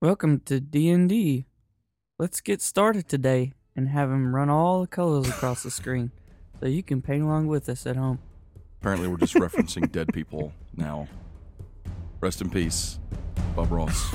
Welcome to D&D. Let's get started today and have him run all the colors across the screen so you can paint along with us at home. Apparently, we're just referencing dead people now. Rest in peace, Bob Ross.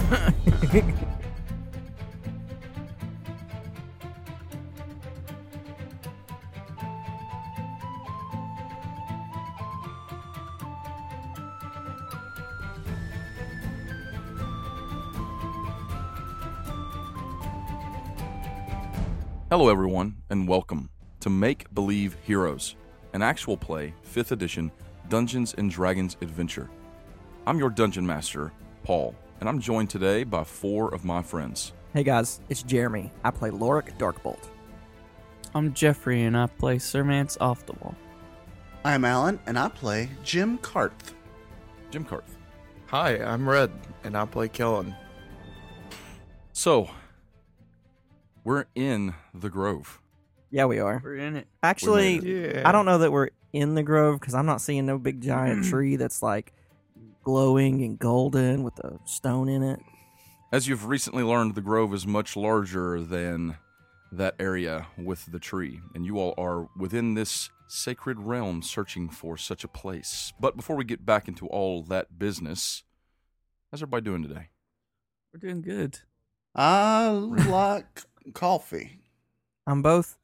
Hello, everyone, and welcome to Make Believe Heroes, an actual play, 5th edition Dungeons and Dragons adventure. I'm your dungeon master, Paul, and I'm joined today by four of my friends. Hey guys, it's Jeremy. I play Lorik Darkbolt. I'm Jeffrey and I play Sermance Off the Wall. I'm Alan, and I play Jim Carth. Jim Carth. Hi, I'm Red, and I play Kellen. So, we're in the Grove. Yeah, we are. We're in it. Actually, made Yeah. I don't know that we're in the grove because I'm not seeing no big giant tree that's like glowing and golden with a stone in it. As you've recently learned, the grove is much larger than that area with the tree, and you all are within this sacred realm searching for such a place. But before we get back into all that business, how's everybody doing today? We're doing good. I like coffee. I'm both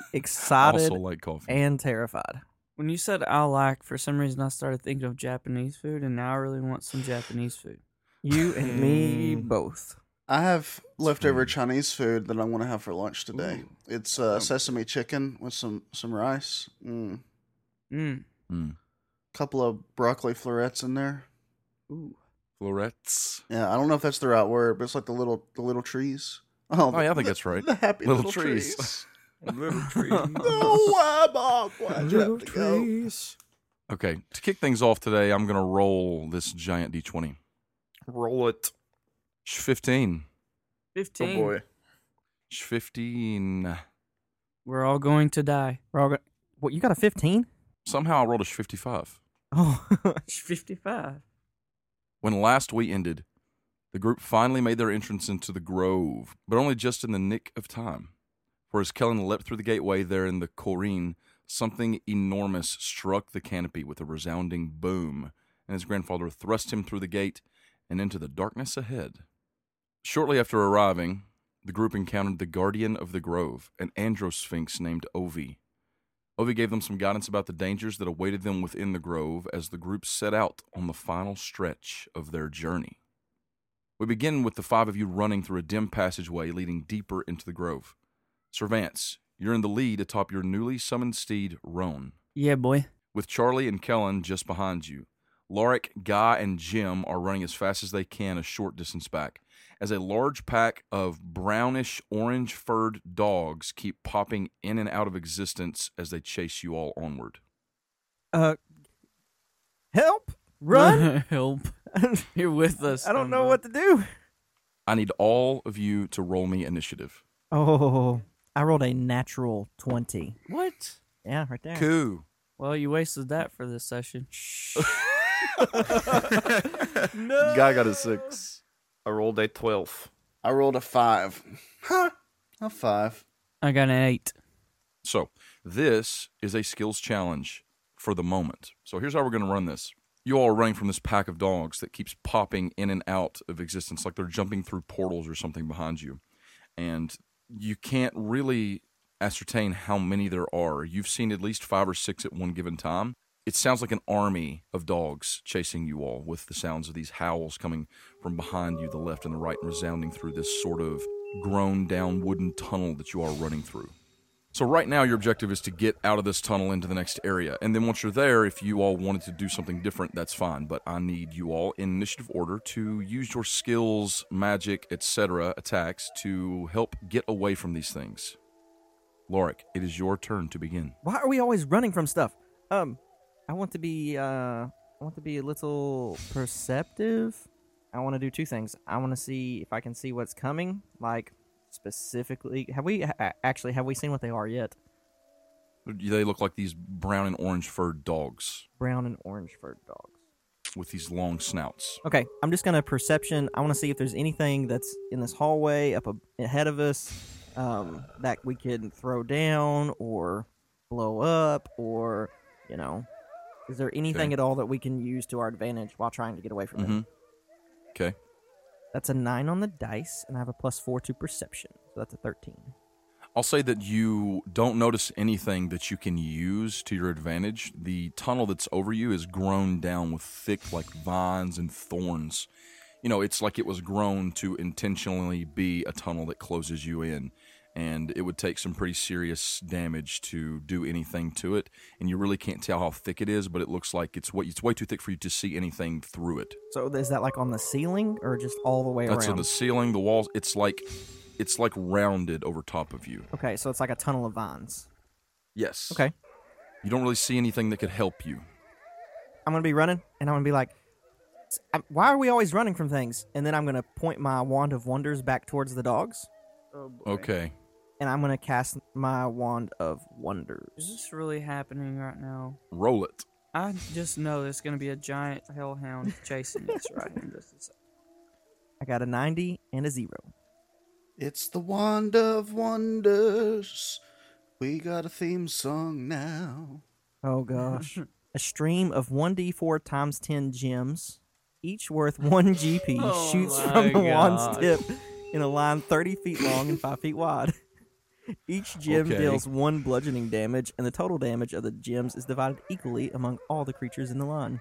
I excited also like coffee. and terrified. When you said I like, for some reason I started thinking of Japanese food and now I really want some Japanese food. You and me Mm. both. I have leftover Mm. Chinese food that I want to have for lunch today. Ooh. It's uh, sesame chicken with some some rice, mm. Mm. Mm. couple of broccoli florets in there. Ooh. Florets. Yeah, I don't know if that's the right word, but it's like the little the little trees. Oh, yeah, I think that's right. The happy Little little, trees. trees. Little tree. oh, I'm awkward. You have to go. Okay, to kick things off today, I'm going to roll this giant d20. Roll it. Sh 15. 15. Oh, Sh 15. We're all going to die. We're all go- what you got a 15? Somehow I rolled a sh 55. Oh, 55. When last we ended, the group finally made their entrance into the grove, but only just in the nick of time. For as Kellen leapt through the gateway there in the Corrine, something enormous struck the canopy with a resounding boom, and his grandfather thrust him through the gate and into the darkness ahead. Shortly after arriving, the group encountered the guardian of the grove, an androsphinx named Ovi. Ovi gave them some guidance about the dangers that awaited them within the grove as the group set out on the final stretch of their journey. We begin with the five of you running through a dim passageway leading deeper into the grove. Servance, you're in the lead atop your newly summoned steed, Roan, Yeah, boy. with Charlie and Kellen just behind you. Lorik, Guy, and Jim are running as fast as they can a short distance back, as a large pack of brownish orange furred dogs keep popping in and out of existence as they chase you all onward. uh, help! Run! Help. I You're with us. don't know Emma. what to do. I need all of you to roll me initiative. Oh, I rolled a natural 20. What? Yeah, right there. Coo. Well, you wasted that for this session. No. Guy got a six. I rolled a 12. I rolled a five. Huh? A five. I got an eight. So, this is a skills challenge for the moment. So, here's how we're going to run this. You all are running from this pack of dogs that keeps popping in and out of existence, like they're jumping through portals or something behind you. And you can't really ascertain how many there are. You've seen at least five or six at one given time. It sounds like an army of dogs chasing you all, with the sounds of these howls coming from behind you, the left and the right, and resounding through this sort of grown down wooden tunnel that you are running through. So right now your objective is to get out of this tunnel into the next area. And then once you're there, if you all wanted to do something different, that's fine, but I need you all in initiative order to use your skills, magic, etc., attacks to help get away from these things. Lorik, it is your turn to begin. Why are we always running from stuff? Um, I want to be uh, I want to be a little perceptive. I want to do two things. I want to see if I can see what's coming. Like specifically, have we a- actually have we seen what they are yet? They look like these brown and orange furred dogs. Brown and orange furred dogs. with these long snouts. Okay, I'm just gonna perception. I want to see if there's anything that's in this hallway up ab- ahead of us um, that we can throw down or blow up, or you know, is there anything Okay. at all that we can use to our advantage while trying to get away from Mhm. it? Okay. That's a nine on the dice, and I have a plus four to perception, so that's a thirteen. I'll say that you don't notice anything that you can use to your advantage. The tunnel that's over you is grown down with thick, like vines and thorns. You know, it's like it was grown to intentionally be a tunnel that closes you in. And it would take some pretty serious damage to do anything to it. And you really can't tell how thick it is, but it looks like it's, way, it's way too thick for you to see anything through it. So is that like on the ceiling or just all the way That's on around? the ceiling, the walls. It's like, it's like rounded over top of you. Okay, so it's like a tunnel of vines. Yes. Okay, You don't really see anything that could help you. I'm gonna be running, and I'm gonna be like, "S- I'm- "Why are we always running from things?" And then I'm gonna point my wand of wonders back towards the dogs, Okay. and I'm gonna cast my wand of wonders. Is this really happening right now? Roll it. I just know there's gonna be a giant hellhound chasing us right in just a second. I got a 90 and a zero. It's the wand of wonders. We got a theme song now. Oh gosh, a stream of 1d4 times 10 gems, each worth one GP, Oh shoots my from the wand's gosh. tip in a line 30 feet long and 5 feet wide. Each gem Okay. deals one bludgeoning damage, and the total damage of the gems is divided equally among all the creatures in the line.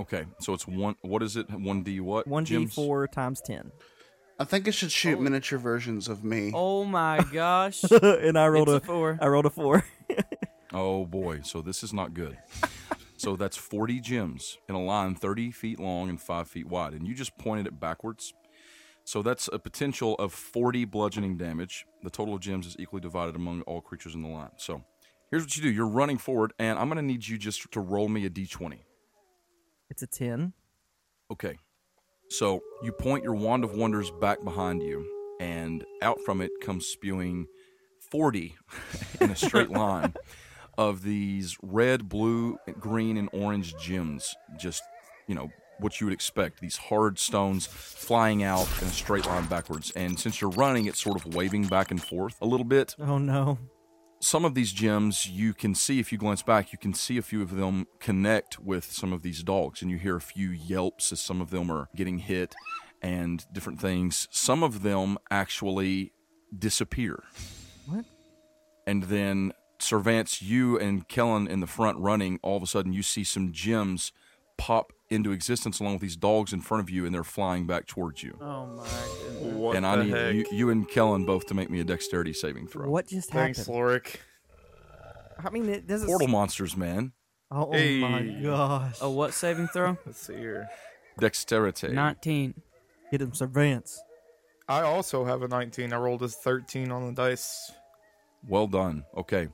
Okay. So it's one. What is it? One D what? One d Gems? four times ten. I think it should shoot miniature versions of me. Oh my gosh! and I rolled it's a, a four. I rolled a four. Oh boy. So this is not good. so that's forty gems in a line thirty feet long and five feet wide, and you just pointed it backwards. So that's a potential of forty bludgeoning damage. The total of gems is equally divided among all creatures in the line. So here's what you do. You're running forward, and I'm going to need you just to roll me a D twenty. It's a ten. Okay. So you point your wand of wonders back behind you, and out from it comes spewing 40 in a straight line of these red, blue, green, and orange gems. Just, you know, what you would expect these hard stones flying out in a straight line backwards. And since you're running, it's sort of waving back and forth a little bit Oh no. some of these gems you can see if you glance back you can see a few of them connect with some of these dogs and you hear a few yelps as some of them are getting hit and different things some of them actually disappear What? and then Servance, you and Kellen in the front running, all of a sudden you see some gems pop into existence along with these dogs in front of you and they're flying back towards you. Oh my goodness. What and the I need heck? you, you and Kellen both to make me a dexterity saving throw. What just Thanks, happened? Lorik. I mean, it doesn't. Portal monsters, man. Oh my Hey. gosh. A what saving throw? Let's see here. Dexterity. Nineteen. Get him surveillance. I also have a 19. I rolled a 13 on the dice. Well done. Okay.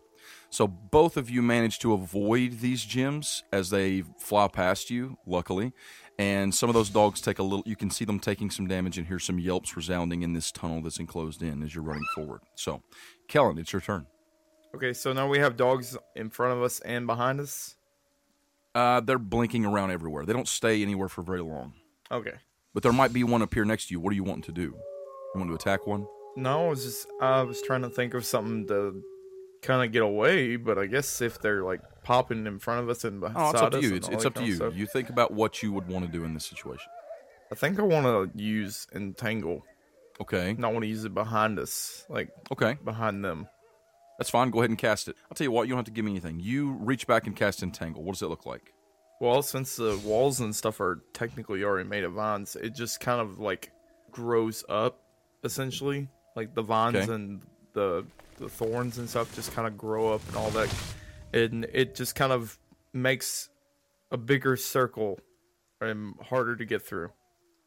So both of you managed to avoid these gems as they fly past you, luckily. And some of those dogs take a little, you can see them taking some damage and hear some yelps resounding in this tunnel that's enclosed in as you're running forward. So, Kellen, it's your turn. Okay, so now we have dogs in front of us and behind us. Uh, they're blinking around everywhere. They don't stay anywhere for very long. Okay. But there might be one up here next to you. What are you wanting to do? You want to attack one? No, I was just I was trying to think of something to kind of get away, but I guess if they're like popping in front of us and behind Oh, it's up to us you. and It's, all it's that up to kind of you. stuff, You think about what you would want to do in this situation. I think I want to use entangle. Okay. Not want to use it behind us, like Okay. behind them. That's fine. Go ahead and cast it. I'll tell you what, you don't have to give me anything. You reach back and cast Entangle. What does it look like? Well, since the walls and stuff are technically already made of vines, it just kind of like grows up essentially. Like the vines Okay. and the the thorns and stuff just kind of grow up and all that. And it just kind of makes a bigger circle and harder to get through.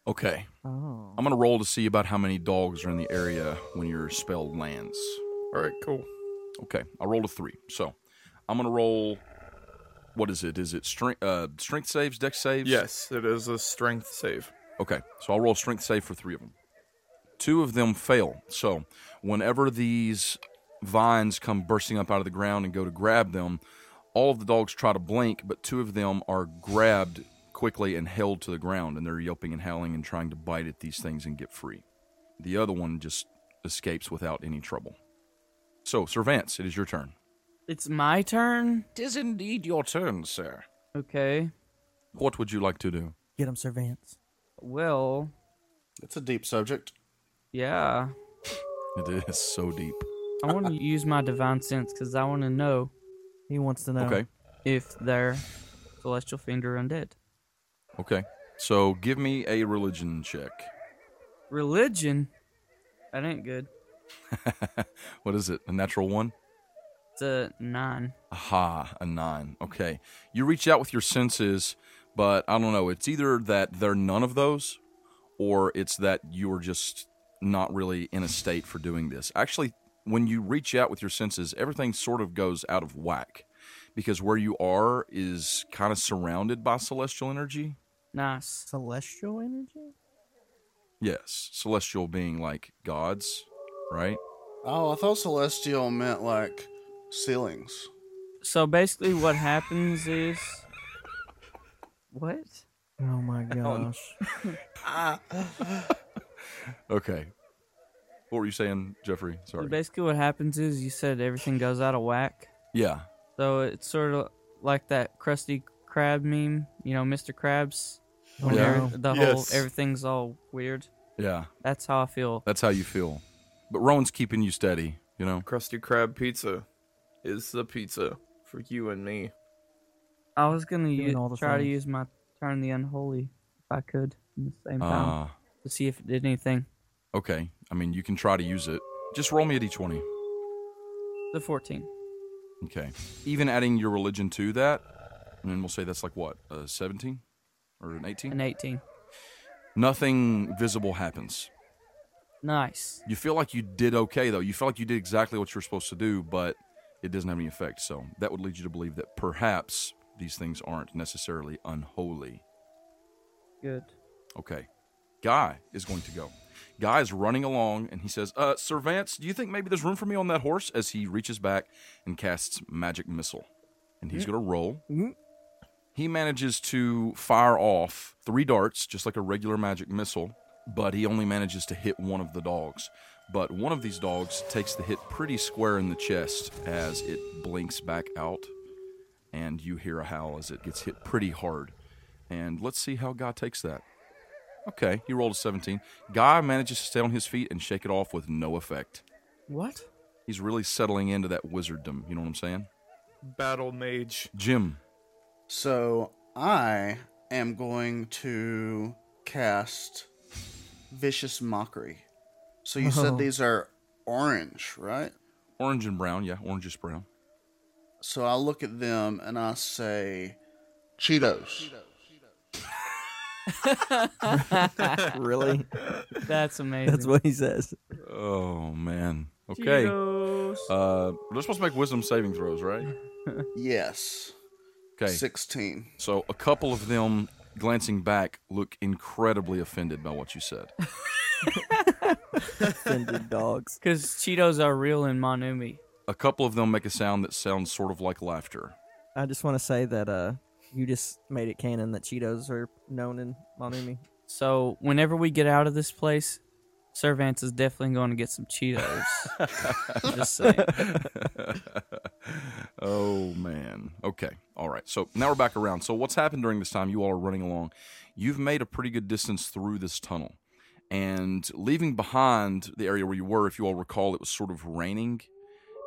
Okay. Oh. I'm going to roll to see about how many dogs are in the area when your spell lands. All right, cool. Okay. I rolled a three. So I'm going to roll. What is it? Is it strength, uh, strength saves, dex saves? Yes, it is a strength save. Okay, so I'll roll strength save for three of them. Two of them fail. So whenever these vines come bursting up out of the ground and go to grab them, all of the dogs try to blink, but two of them are grabbed quickly and held to the ground, and they're yelping and howling and trying to bite at these things and get free. The other one just escapes without any trouble. So, Sir Vance, it is your turn. It's my turn. Tis indeed your turn, sir. Okay. What would you like to do? Get him, Sir Vance. Well, It's a deep subject. yeah. It is so deep. I want to use my divine sense because I want to know He wants to know. Okay. if they're celestial fiend or undead. Okay. So, give me a religion check. Religion. That ain't good. What is it? A natural one? It's a nine. Aha, a nine. Okay. You reach out with your senses, but I don't know. It's either that they're none of those, or it's that you're just not really in a state for doing this. Actually, when you reach out with your senses, everything sort of goes out of whack because where you are is kind of surrounded by celestial energy. Nice. Celestial energy? Yes, celestial being like gods, right? Oh, I thought celestial meant like ceilings. So basically, what happens is. What? Oh my gosh. Okay. What were you saying, Jeffrey? So Sorry. basically, what happens is you said everything goes out of whack. Yeah. So it's sort of like that crusty crab meme, you know, Mr. Krabs. Oh, When Yeah. every- the Yes. whole everything's all weird. Yeah. That's how I feel. That's how you feel. But Rowan's keeping you steady, you know? Krusty Krab pizza is the pizza for you and me. I was gonna Doing all u- the try to things. use my turn the unholy if I could in the Uh. same time Ah, to see if it did anything. okay. I mean, you can try to use it. Just roll me a d20. The fourteen. Okay. Even adding your religion to that, and then we'll say that's like what, a 17 or an 18? An eighteen. Nothing visible happens. Nice. You feel like you did okay, though. You feel like you did exactly what you were supposed to do, but it doesn't have any effect. So that would lead you to believe that perhaps these things aren't necessarily unholy. Good. Okay. Guy is going to go. Guy is running along and he says, uh, Sir Vance, do you think maybe there's room for me on that horse? As he reaches back and casts Magic Missile. And he's going to roll. Mm. He manages to fire off three darts, just like a regular Magic Missile, but he only manages to hit one of the dogs. But one of these dogs takes the hit pretty square in the chest as it blinks back out. And you hear a howl as it gets hit pretty hard. And let's see how Guy takes that. Okay, he rolled a 17. Guy manages to stay on his feet and shake it off with no effect. What? He's really settling into that wizarddom. You know what I'm saying? Battle Mage. Jim. So I am going to cast Vicious Mockery. So you Oh. said these are orange, right? Orange and brown. Yeah, orange is brown. So I look at them and I say, Cheetos. really? That's amazing. That's what he says. Oh, man. Okay. Cheetos. Uh, they're supposed to make wisdom saving throws, right? Yes. Okay. 16. So a couple of them, glancing back, look incredibly offended by what you said. Offended dogs. Because Cheetos are real in Manumi. A couple of them make a sound that sounds sort of like laughter. I just want to say that uh, you just made it canon that Cheetos are known in Manumi. So whenever we get out of this place, Servance is definitely going to get some Cheetos. Just saying. Oh man. Okay. All right. So now we're back around. So what's happened during this time? You all are running along. You've made a pretty good distance through this tunnel, and leaving behind the area where you were, if you all recall, it was sort of raining,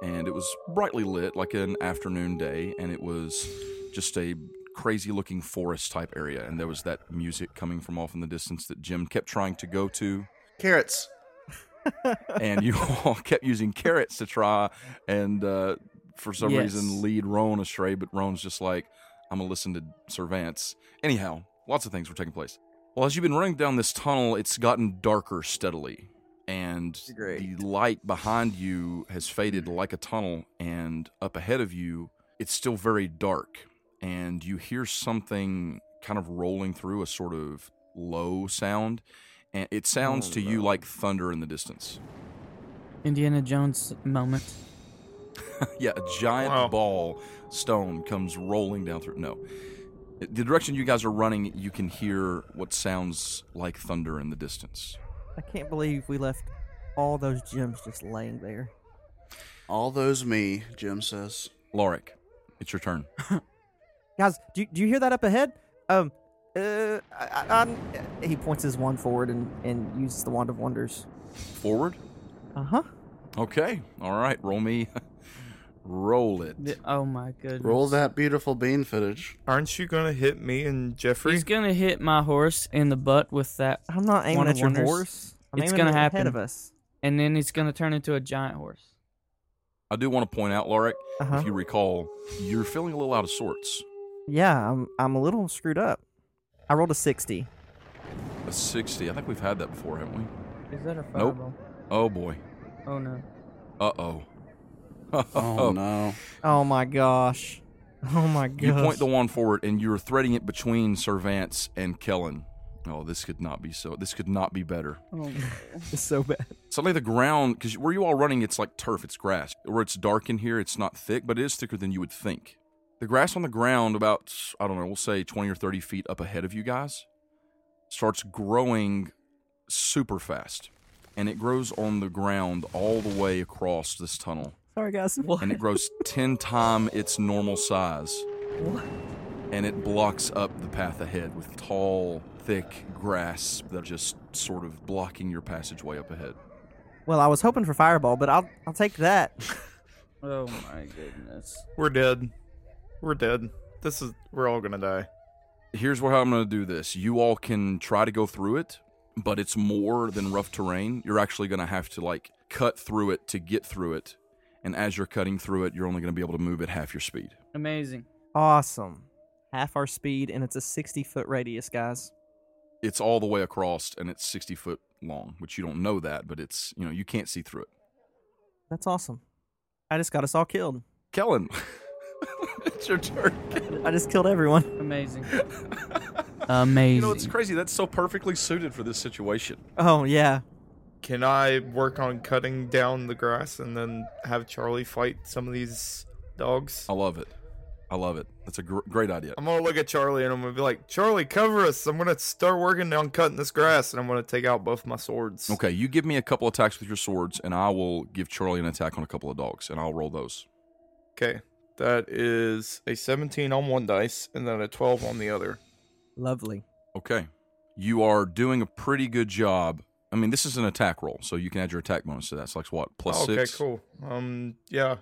and it was brightly lit, like an afternoon day, and it was just a crazy looking forest type area, and there was that music coming from off in the distance that Jim kept trying to go to Carrots. and you all kept using carrots to try and uh, for some Yes. reason lead Roan astray, but Roan's just like, I'm gonna listen to Servance. Anyhow, lots of things were taking place. Well, as you've been running down this tunnel, it's gotten darker steadily, and Great. the light behind you has faded like a tunnel, and up ahead of you, it's still very dark, and you hear something kind of rolling through a sort of low sound, and it sounds to you like thunder in the distance. Indiana Jones moment. Yeah, a giant Wow. ball stone comes rolling down through. No, The direction you guys are running, you can hear what sounds like thunder in the distance. I can't believe we left all those gems just laying there. All those me, Jim says. Lorik, it's your turn. Guys, do you, do you hear that up ahead? Um, uh, I, I, I'm, uh, he points his wand forward and, and uses the wand of wonders. Forward. Uh huh. Okay. All right. Roll me. Roll it. Th- Oh my goodness. Roll that beautiful bean footage. Aren't you gonna hit me and Jeffrey? He's gonna hit my horse in the butt with that, I'm not aiming Wand of at your wonders. horse. I'm It's aiming gonna at happen. ahead of us. and then it's gonna turn into a giant horse. I do want to point out, Lorik, Uh huh. if you recall, you're feeling a little out of sorts. Yeah, I'm I'm a little screwed up. I rolled a sixty. A 60. I think we've had that before, haven't we? Is that a Nope. fireball? Oh, boy. Oh no. Uh oh. Oh, no. Oh my gosh. Oh my gosh. You point the wand forward, and you're threading it between Servance and Kellen. Oh, this could not be so. This could not be better. It's so bad. Suddenly, the ground, because where you all running, it's like turf, it's grass. Where it's dark in here, it's not thick, but it is thicker than you would think. The grass on the ground, about, I don't know, we'll say 20 or 30 feet up ahead of you guys, starts growing super fast. And it grows on the ground all the way across this tunnel. Sorry guys. and it grows 10 times its normal size. And it blocks up the path ahead with tall, thick grass that are just sort of blocking your passageway up ahead. Well, I was hoping for fireball, but I'll I'll take that. Oh my goodness. We're dead. We're dead. This is. We're all gonna die. Here's where I'm going to do this. You all can try to go through it, but it's more than rough terrain. You're actually going to have to like cut through it to get through it. And as you're cutting through it, you're only going to be able to move at half your speed. Amazing. Awesome. Half our speed, and it's a sixty foot radius, guys. It's all the way across and it's 60 foot long, which you don't know that, but it's, you know, you can't see through it. That's awesome. I just got us all killed. Kellen, it's your turn. I just killed everyone. Amazing. Amazing. You know, it's crazy. That's so perfectly suited for this situation. Oh yeah. Can I work on cutting down the grass and then have Charlie fight some of these dogs? I love it. I love it. That's a gr- great idea. I'm gonna look at Charlie and I'm gonna be like, Charlie, cover us. I'm gonna start working on cutting this grass and I'm gonna take out both my swords. Okay, you give me a couple attacks with your swords, and I will give Charlie an attack on a couple of dogs, and I'll roll those. Okay. That is a 17 on one dice and then a 12 on the other. Lovely. Okay. You are doing a pretty good job. I mean, this is an attack roll, so you can add your attack bonus to that. So, like, what? Plus Oh, okay, six? cool. Um, yeah.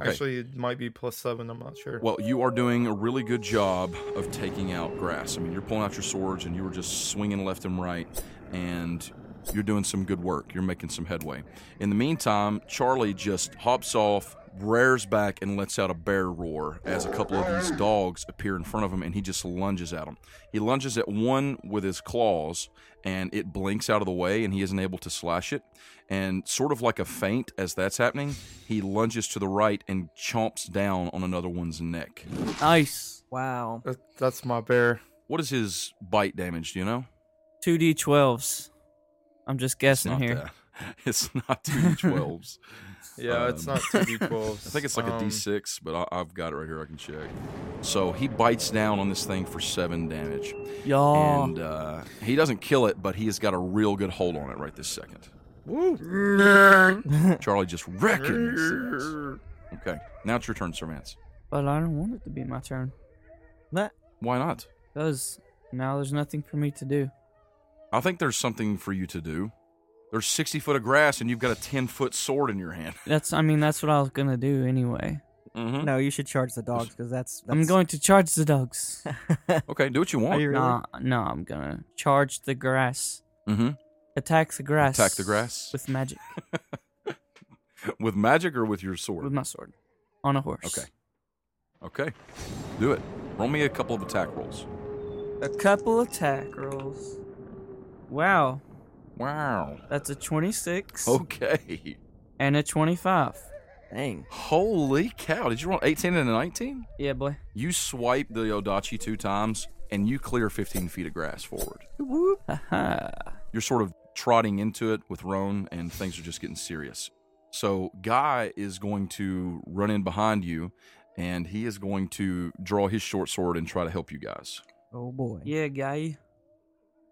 Okay. Actually, it might be plus seven. I'm not sure. Well, you are doing a really good job of taking out grass. I mean, you're pulling out your swords and you were just swinging left and right, and you're doing some good work. You're making some headway. In the meantime, Charlie just hops off, rears back, and lets out a bear roar as a couple of these dogs appear in front of him, and he just lunges at them. He lunges at one with his claws, and it blinks out of the way, and he isn't able to slash it. And sort of like a feint as that's happening, he lunges to the right and chomps down on another one's neck. Nice. Wow. That, that's my bear. What is his bite damage? Do you know? Two D twelves. I'm just It's guessing not here. that. It's not two d12s. Yeah, it's Um, not two d12s. I think it's like a Um, d6, but I, I've got it right here. I can check. So he bites down on this thing for seven damage, Y'all. and uh, he doesn't kill it, but he has got a real good hold on it right this second. Woo! Charlie just wrecking. these things. okay, now it's your turn, Sir Vance. but I don't want it to be my turn. Nah, Why not? Because now there's nothing for me to do. I think there's something for you to do. There's 60 foot of grass, and you've got a 10 foot sword in your hand. That's I mean that's what I was gonna do anyway. Mm-hmm. No, you should charge the dogs because that's, that's. I'm going to charge the dogs. Okay, do what you Are want. you really? Nah, no, I'm gonna charge the grass. mm-hmm. Attack the grass. Attack the grass? with magic With magic or with your sword? with my sword on a horse. Okay. okay, do it. Roll me a couple of attack rolls. A couple attack rolls. Wow, Wow. that's a 26 Oh. Okay. and a 25. Dang. Holy cow. Did you roll 18 and a 19? Yeah, boy. You swipe the Odachi two times and you clear 15 feet of grass forward. Haha. You're sort of trotting into it with Roan and things are just getting serious. So, Guy is going to run in behind you and he is going to draw his short sword and try to help you guys. Oh boy. Yeah, guy.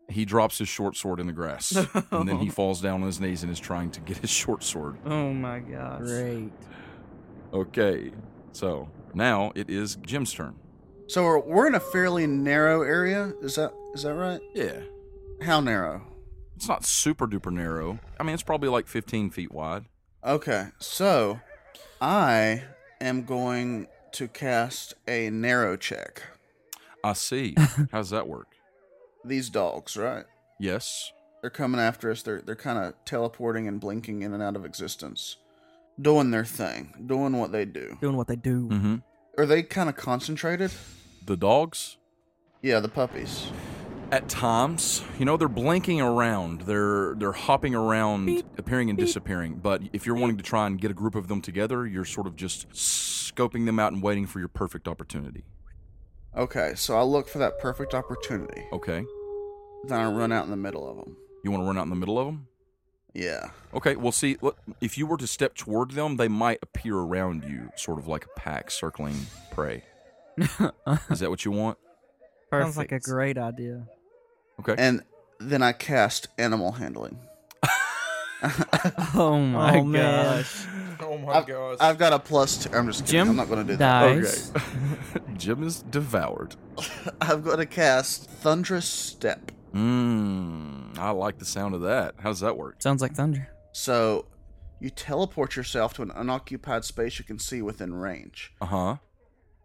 He drops his short sword in the grass, and then he falls down on his knees and is trying to get his short sword. Oh my gosh. Great. Okay, so now it is Jim's turn. So we're, we're in a fairly narrow area. Is that is that right? Yeah, How narrow? it's not super duper narrow. I mean, it's probably like 15 feet wide. Okay, so I am going to cast a narrow check. I see. How's that work? These dogs, right? Yes. They're coming after us. They're they're kind of teleporting and blinking in and out of existence, doing their thing, doing what they do. Doing what they do. Mm-hmm. Are they kind of concentrated? The dogs, Yeah, the puppies. at times, you know, they're blinking around. They're they're hopping around, appearing and disappearing. But if you're wanting to try and get a group of them together, you're sort of just scoping them out and waiting for your perfect opportunity. Okay, so I look for that perfect opportunity. Okay. Then I run out in the middle of them. You want to run out in the middle of them? Yeah. Okay, well, see, look, if you were to step toward them, they might appear around you, sort of like a pack circling prey. Is that what you want? Sounds like a Perfect. great idea. Okay. And then I cast animal handling. Oh my Oh, man. gosh. Oh my I've, gosh. I've got a plus two. I'm just kidding. Jim I'm not going to do that. Dies. Jim is devoured. I've got to cast Thunderous Step. Mmm, I like the sound of that. How does that work? Sounds like thunder. So you teleport yourself to an unoccupied space you can see within range. Uh huh.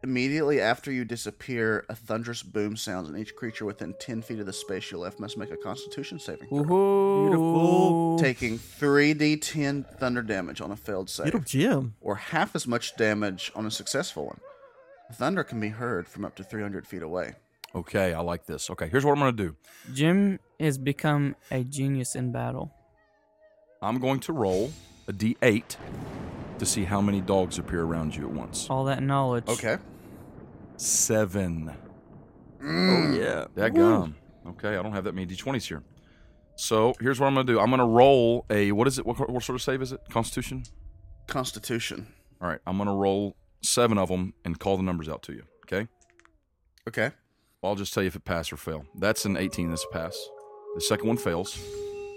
Immediately after you disappear, a thunderous boom sounds, and each creature within 10 feet of the space you left must make a constitution saving. throw, Beautiful. Taking 3d10 thunder damage on a failed save. Jim. or half as much damage on a successful one. Thunder can be heard from up to 300 feet away. Okay, I like this. Okay, here's what I'm going to do Jim has become a genius in battle. I'm going to roll a d8 to see how many dogs appear around you at once. All that knowledge. Okay. Seven. Oh, Mm. Yeah. That gum. Okay, I don't have that many d20s here. So here's what I'm going to do I'm going to roll a, what is it? What, what sort of save is it? Constitution? Constitution. All right, I'm going to roll seven of them and call the numbers out to you. Okay? Okay. I'll just tell you if it pass or fail. That's an 18. That's a pass. The second one fails.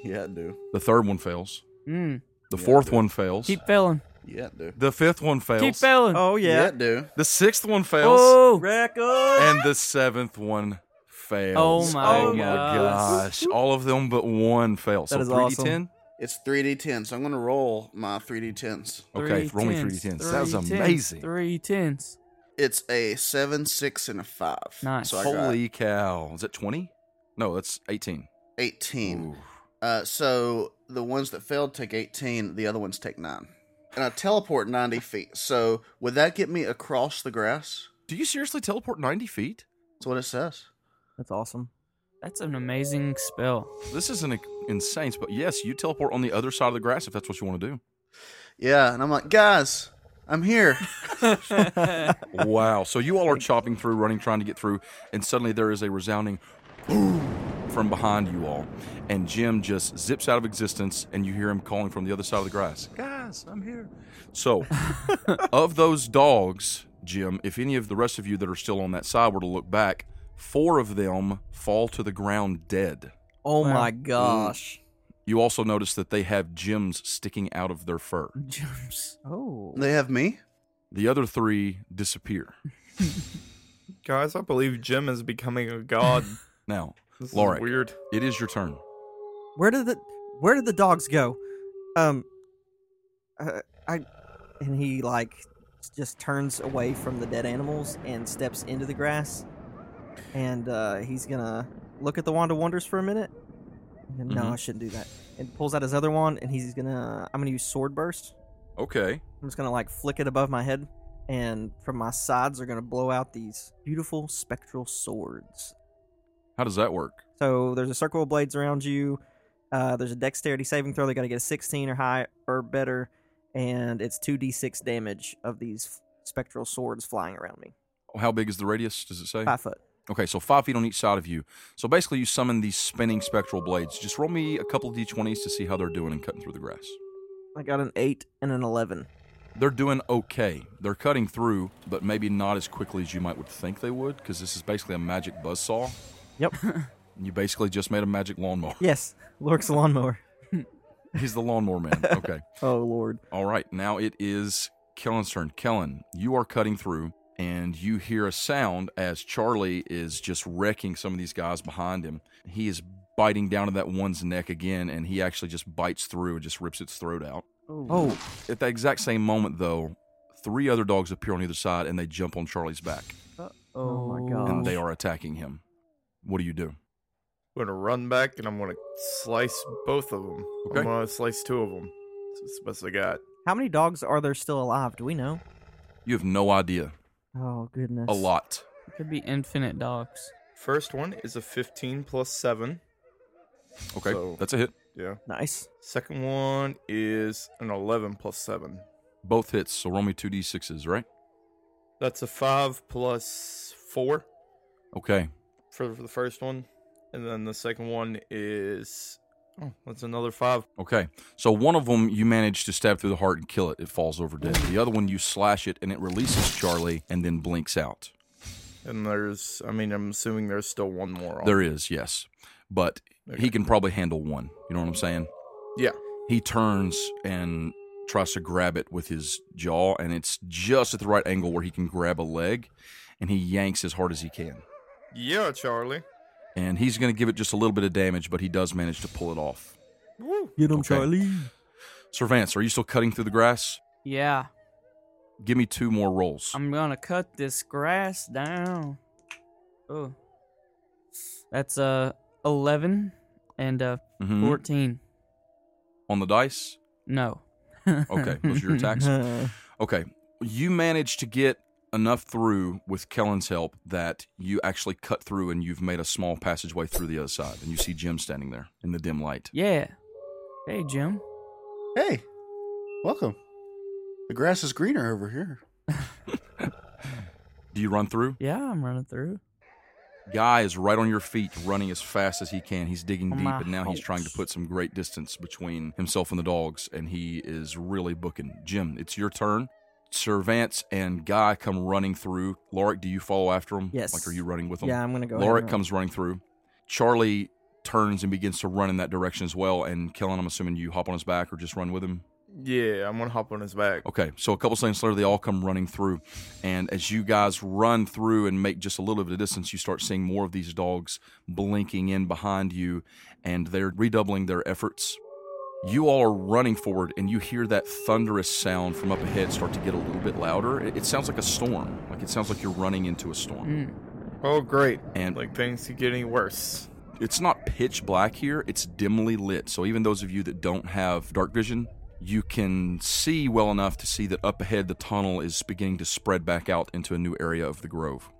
Yeah, I do. The third one fails. Mm. The Yeah, fourth dude. one fails. Keep failing. Yeah, I do. the fifth one fails. Keep failing. Oh Yeah, yeah. I do. The sixth one fails. oh. Rack up. And the seventh one fails. Oh my Oh gosh. gosh. All of them but one fails. That so is 3d10? It's 3d10, so I'm going to roll my 3d10s. Okay, roll me 3d10s. that was amazing. Three tens. It's a 7, 6, and a 5. Nice. So I got Holy cow. Is it 20? No, that's 18. 18. Ooh. Uh, so the ones that failed take 18, the other ones take 9. And I teleport 90 feet. So would that get me across the grass? Do you seriously teleport 90 feet? That's what it says. That's awesome. That's an amazing spell. This is an insane, but yes, you teleport on the other side of the grass if that's what you want to do. Yeah, and I'm like, guys, I'm here. wow. So you all are chopping through, running, trying to get through, and suddenly there is a resounding boom from behind you all. And Jim just zips out of existence, and you hear him calling from the other side of the grass Guys, I'm here. So, of those dogs, Jim, if any of the rest of you that are still on that side were to look back, four of them fall to the ground dead. Oh Wow. my gosh. You also notice that they have gems sticking out of their fur. Jim's. Oh. They have me? The other three disappear. Guys, I believe Jim is becoming a god. Now, This Laura. is weird. it is your turn. Where did the Where did the dogs go? Um. Uh, I. And he like just turns away from the dead animals and steps into the grass, and uh, he's gonna look at the wand of wonders for a minute. And then, No, Mhm. I shouldn't do that. And pulls out his other wand, and he's gonna. I'm gonna use sword burst. Okay. I'm just gonna like flick it above my head, and from my sides are gonna blow out these beautiful spectral swords. How does that work? So there's a circle of blades around you. Uh, there's a dexterity saving throw. They gotta get a 16 or high or better, and it's 2d6 damage of these spectral swords flying around me. How big is the radius? Does it say? Five foot. Okay, so five feet on each side of you. So basically, you summon these spinning spectral blades. Just roll me a couple of d20s to see how they're doing and cutting through the grass. I got an eight and an eleven. they're doing okay. They're cutting through, but maybe not as quickly as you might would think they would, because this is basically a magic buzzsaw. Yep. You basically just made a magic lawnmower. yes. Lork's lawnmower. He's the lawnmower man. Okay. Oh lord. All right, now it is Kellen's turn. Kellen, you are cutting through, and you hear a sound as Charlie is just wrecking some of these guys behind him. He is biting down to that one's neck again, and he actually just bites through and just rips its throat out. Oh, At that exact same moment, though, three other dogs appear on either side, and they jump on Charlie's back, oh Oh. my god. and they are attacking him. What do you do? I'm gonna run back and I'm gonna slice both of them. Okay. I'm gonna slice two of them. That's the best I got. How many dogs are there still alive? Do we know? You have no idea. Oh goodness. A lot. It could be infinite dogs. First one is a 15 plus seven. Okay, So- that's a hit. Yeah. Nice. Second one is an 11 plus seven. Both hits, so roll me two d6s, right? That's a five plus four Okay. for, for the first one, and then the second one is oh, that's another five. Okay. So one of them you manage to stab through the heart and kill it. It falls over dead. The other one you slash it and it releases Charlie and then blinks out. And there's, I mean, I'm assuming there's still one more. On. There is, yes. But he can probably handle one. You know what I'm saying? Yeah. He turns and tries to grab it with his jaw and it's just at the right angle where he can grab a leg and he yanks as hard as he can. Yeah, Charlie. And he's going to give it just a little bit of damage, but he does manage to pull it off. Woo. Get him, Okay. Charlie. Servance, are you still cutting through the grass? Yeah, Give me two more rolls. I'm gonna cut this grass down. Oh, that's uh 11 and uh Mhm. 14. On the dice? No. Okay, those are your attacks. Uh, Okay. You managed to get enough through with Kellen's help that you actually cut through and you've made a small passageway through the other side. And you see Jim standing there in the dim light. Yeah. Hey, Jim. Hey, welcome. The grass is greener over here. Do you run through? Yeah, I'm running through. Guy is right on your feet, running as fast as he can. He's digging Oh, deep, my and now he's trying to house. put some great distance between himself and the dogs, and he is really booking. Jim, it's your turn. Sir Vance and Guy come running through. Lorik, do you follow after him? Yes. Like, are you running with him? yeah, I'm gonna go. ahead Lorik and- uh, comes running through. Charlie turns and begins to run in that direction as well. And Kellen, I'm assuming you hop on his back or just run with him. Yeah, I'm gonna hop on his back. Okay, so a couple seconds later, they all come running through. And as you guys run through and make just a little bit of distance, you start seeing more of these dogs blinking in behind you, and they're redoubling their efforts. You all are running forward, and you hear that thunderous sound from up ahead start to get a little bit louder. It, it sounds like a storm. Like it sounds like you're running into a storm. Mm. Oh, great. And Like things could get any worse. it's not pitch black here, it's dimly lit. So even those of you that don't have dark vision, you can see well enough to see that up ahead the tunnel is beginning to spread back out into a new area of the grove.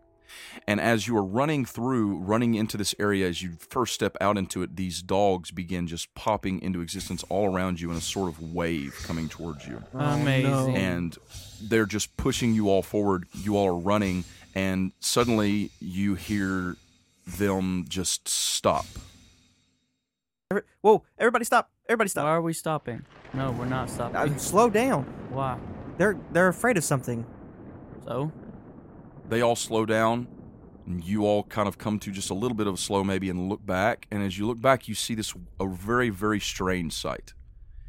And as you are running through, running into this area, as you first step out into it, these dogs begin just popping into existence all around you in a sort of wave coming towards you Amazing. and they're just pushing you all forward. You all are running, and suddenly you hear them just stop. Every- Whoa! Everybody stop! Everybody Why stop! are we stopping? No, we're not stopping. Uh, slow down. Why? They're they're afraid of something. So? They all slow down, and you all kind of come to just a little bit of a slow maybe and look back. And as you look back, you see this a very very strange sight.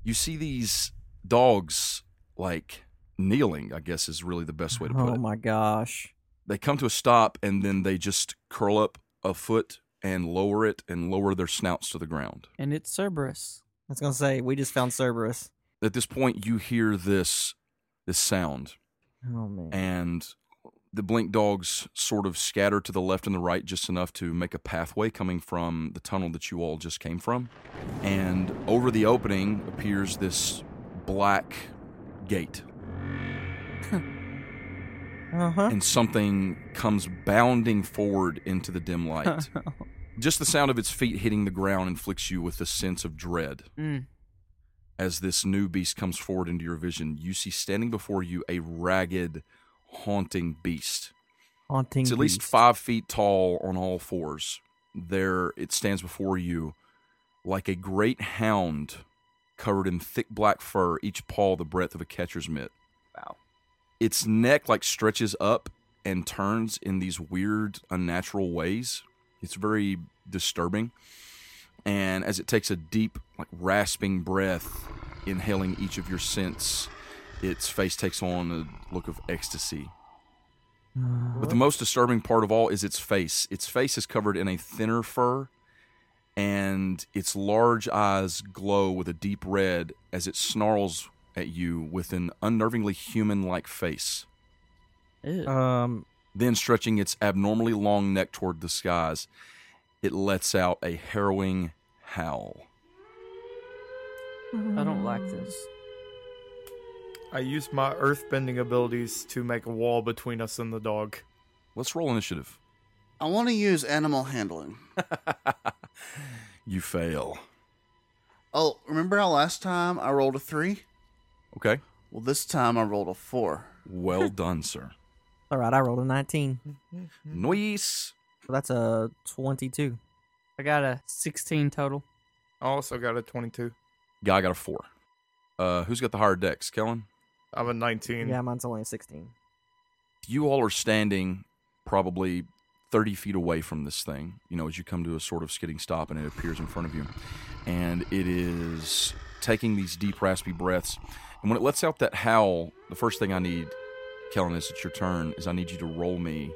You see these dogs like kneeling. I guess is really the best way to put Oh it. my gosh! they come to a stop and then they just curl up a foot and lower it and lower their snouts to the ground. And it's Cerberus. I was gonna say we just found Cerberus. at this point you hear this this sound Oh man! and the blink dogs sort of scatter to the left and the right just enough to make a pathway coming from the tunnel that you all just came from and over the opening appears this black gate Uh huh. and something comes bounding forward into the dim light just the sound of its feet hitting the ground inflicts you with a sense of dread Mm. as this new beast comes forward into your vision, you see standing before you a ragged, haunting beast. Haunting. It's at least beast. five feet tall on all fours. There, it stands before you like a great hound covered in thick black fur, each paw the breadth of a catcher's mitt. its neck like stretches up and turns in these weird unnatural ways it's very disturbing and as it takes a deep like rasping breath inhaling each of your scents its face takes on a look of ecstasy but the most disturbing part of all is its face its face is covered in a thinner fur and its large eyes glow with a deep red as it snarls at you with an unnervingly human like face, Ew. Um, then stretching its abnormally long neck toward the skies. It lets out a harrowing howl. I don't like this. I used my earthbending abilities to make a wall between us and the dog. Let's roll initiative. I want to use animal handling. You fail. Oh, remember how last time I rolled a three? Okay. Well, this time I rolled a four. Well done, sir. all right, I rolled a 19. Noise. So that's a 22. I got a 16 total. I also got a 22. Guy got a four. Uh, who's got the higher decks? Kellen? I'm a 19. Yeah, mine's only a 16. you all are standing probably 30 feet away from this thing, you know, as you come to a sort of skidding stop and it appears in front of you. And it is taking these deep, raspy breaths. And when it lets out that howl, the first thing I need, Kellen, as it's your turn, is I need you to roll me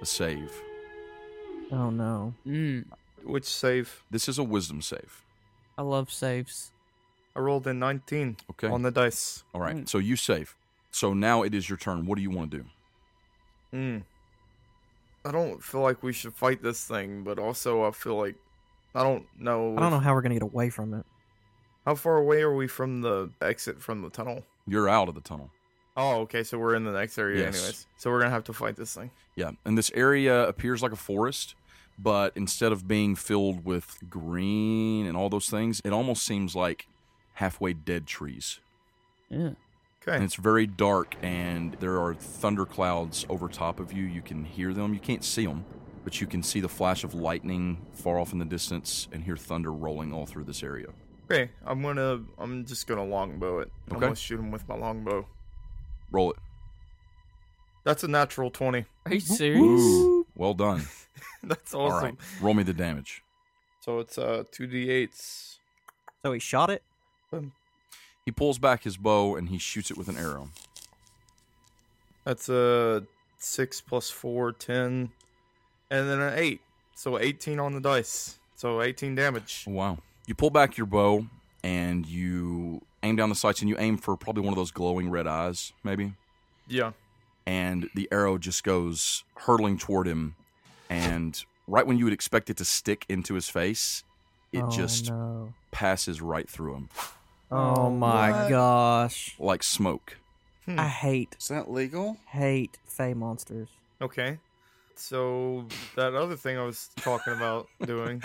a save. Oh no. Mm, Which save? This is a wisdom save. I love saves. I rolled a 19 Okay. on the dice. all right. So you save. So now it is your turn. What do you want to do? Mm. I don't feel like we should fight this thing, but also I feel like I don't know. I don't know if- how we're gonna get away from it. How far away are we from the exit from the tunnel? You're out of the tunnel. Oh, okay. So we're in the next area, Yes. anyways. So we're gonna have to fight this thing. Yeah, and this area appears like a forest, but instead of being filled with green and all those things, it almost seems like halfway dead trees. Yeah. And Okay. it's very dark, and there are thunder clouds over top of you. You can hear them. You can't see them, but you can see the flash of lightning far off in the distance and hear thunder rolling all through this area. Okay. I'm gonna. I'm just gonna longbow it. I'm Okay. gonna shoot him with my longbow. Roll it. That's a natural twenty. Are you serious? Well done. That's All awesome. right. Roll me the damage. So it's uh two d8s. So he shot it. He pulls back his bow and he shoots it with an arrow. That's a six plus four, 10, and then an eight. So eighteen on the dice. So eighteen damage. Wow. You pull back your bow and you aim down the sights and you aim for probably one of those glowing red eyes, maybe. Yeah. And the arrow just goes hurtling toward him. And right when you would expect it to stick into his face, it oh, just No. passes right through him Oh my What? gosh. like smoke. Hmm. I hate Is that legal? hate fey monsters. Okay. So that other thing I was talking about doing,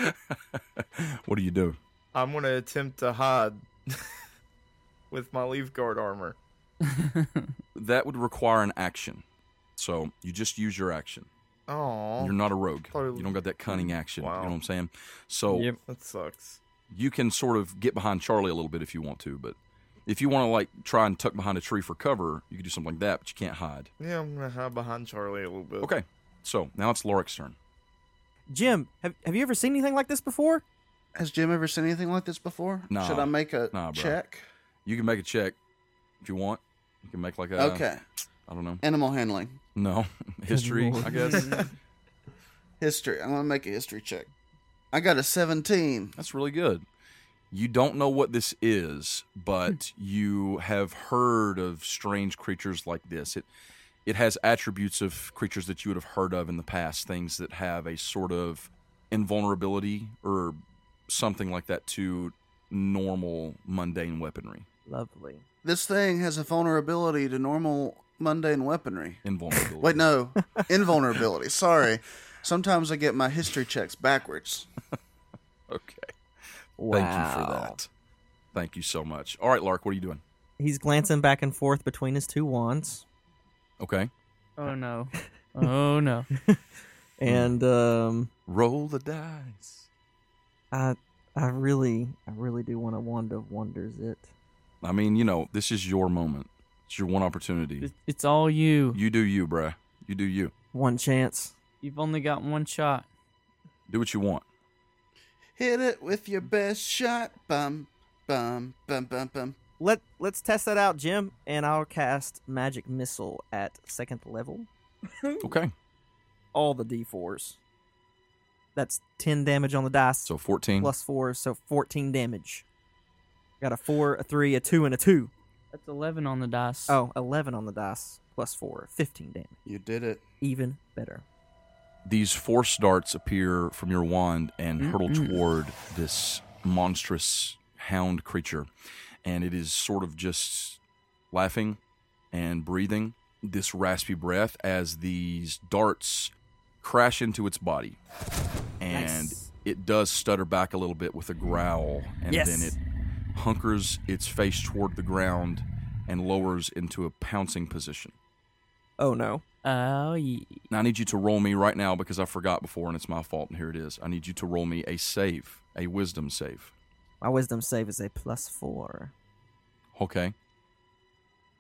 What do you do? I'm gonna attempt to hide with my leaf guard armor. That would require an action. So you just use your action. Oh, You're not a rogue. Totally. You don't got that cunning action. You Wow. know what I'm saying? So that sucks. you can sort of get behind Charlie a little bit if you want to, but if you want to like try and tuck behind a tree for cover, you can do something like that, but you can't hide. Yeah, I'm gonna hide behind Charlie a little bit. Okay, so now it's Lorik's turn. Jim, have have you ever seen anything like this before? Has Jim ever seen anything like this before? Nah. Should I make a Nah, bro. check? You can make a check if you want. You can make like a okay. I don't know. Animal handling. No history, I guess. History. I'm going to make a history check. I got a 17. That's really good. You don't know what this is, but you have heard of strange creatures like this. It it has attributes of creatures that you would have heard of in the past, things that have a sort of invulnerability or something like that to normal mundane weaponry. Lovely. This thing has a vulnerability to normal mundane weaponry. Invulnerability. Wait, no. Invulnerability. Sorry. Sometimes I get my history checks backwards. Okay. Thank you for that. Thank you so much. All right, Lark, what are you doing? He's glancing back and forth between his two wands, Okay. Oh no. Oh no. and um, Roll the dice. I I really I really do want to wand of wonders it. I mean, you know, this is your moment. It's your one opportunity. It- It's all you. You do you, bruh. You do you. One chance. You've only got one shot. Do what you want. Hit it with your best shot. Bum, bum, bum, bum, bum. Let Let's test that out, Jim, and I'll cast magic missile at second level. Okay. All the d4s. That's ten damage on the dice. So 14. plus four, so fourteen damage. Got a four, a three, a two, and a two. That's 11 on the dice. Oh, 11 on the dice, plus four, 15 damage. You did it. Even better. These force darts appear from your wand and Mm, hurtle toward this monstrous hound creature. And it is sort of just laughing and breathing this raspy breath as these darts crash into its body. And Nice. it does stutter back a little bit with a growl. And Yes. then it hunkers its face toward the ground and lowers into a pouncing position. Oh no. Oh, yeah. Now I need you to roll me right now because I forgot before and it's my fault and here it is. I need you to roll me a save, a wisdom save. My wisdom save is a plus four. Okay.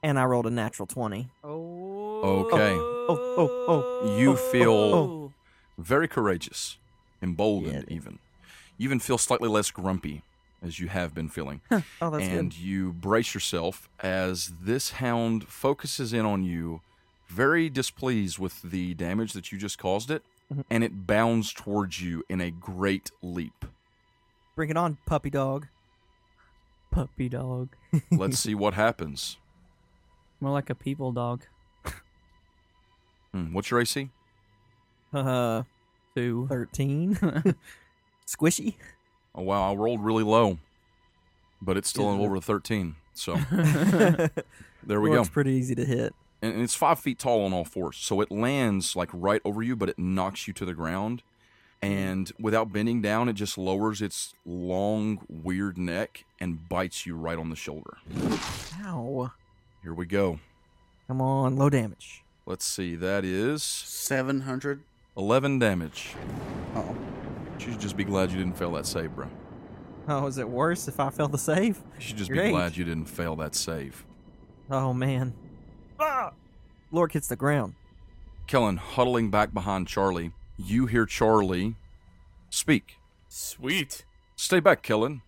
And I rolled a natural 20. Oh. Okay. Oh, oh, oh. You Oh. feel- Very courageous, emboldened Yeah. even. You even feel slightly less grumpy as you have been feeling. Oh, that's and good. you brace yourself as this hound focuses in on you, very displeased with the damage that you just caused it, Mm-hmm. and it bounds towards you in a great leap. Bring it on, puppy dog. Puppy dog. Let's see what happens. More like a people dog. Hmm, what's your AC? Uh, Two. 13. Squishy. Oh wow, I rolled really low, but it's still over a thirteen. So there we go. Looks pretty easy to hit. And and it's five feet tall on all fours, so it lands like right over you, but it knocks you to the ground. And without bending down, it just lowers its long, weird neck and bites you right on the shoulder. Ow. Here we go. Come on, low damage. Let's see. That is 700. eleven damage. Oh, You should just be glad you didn't fail that save, bro. Oh, is it worse if I fail the save? You should just be Great. glad you didn't fail that save. Oh, man. Ah! Lork hits the ground. Kellen huddling back behind Charlie. You hear Charlie speak. Sweet. Stay back, Kellen.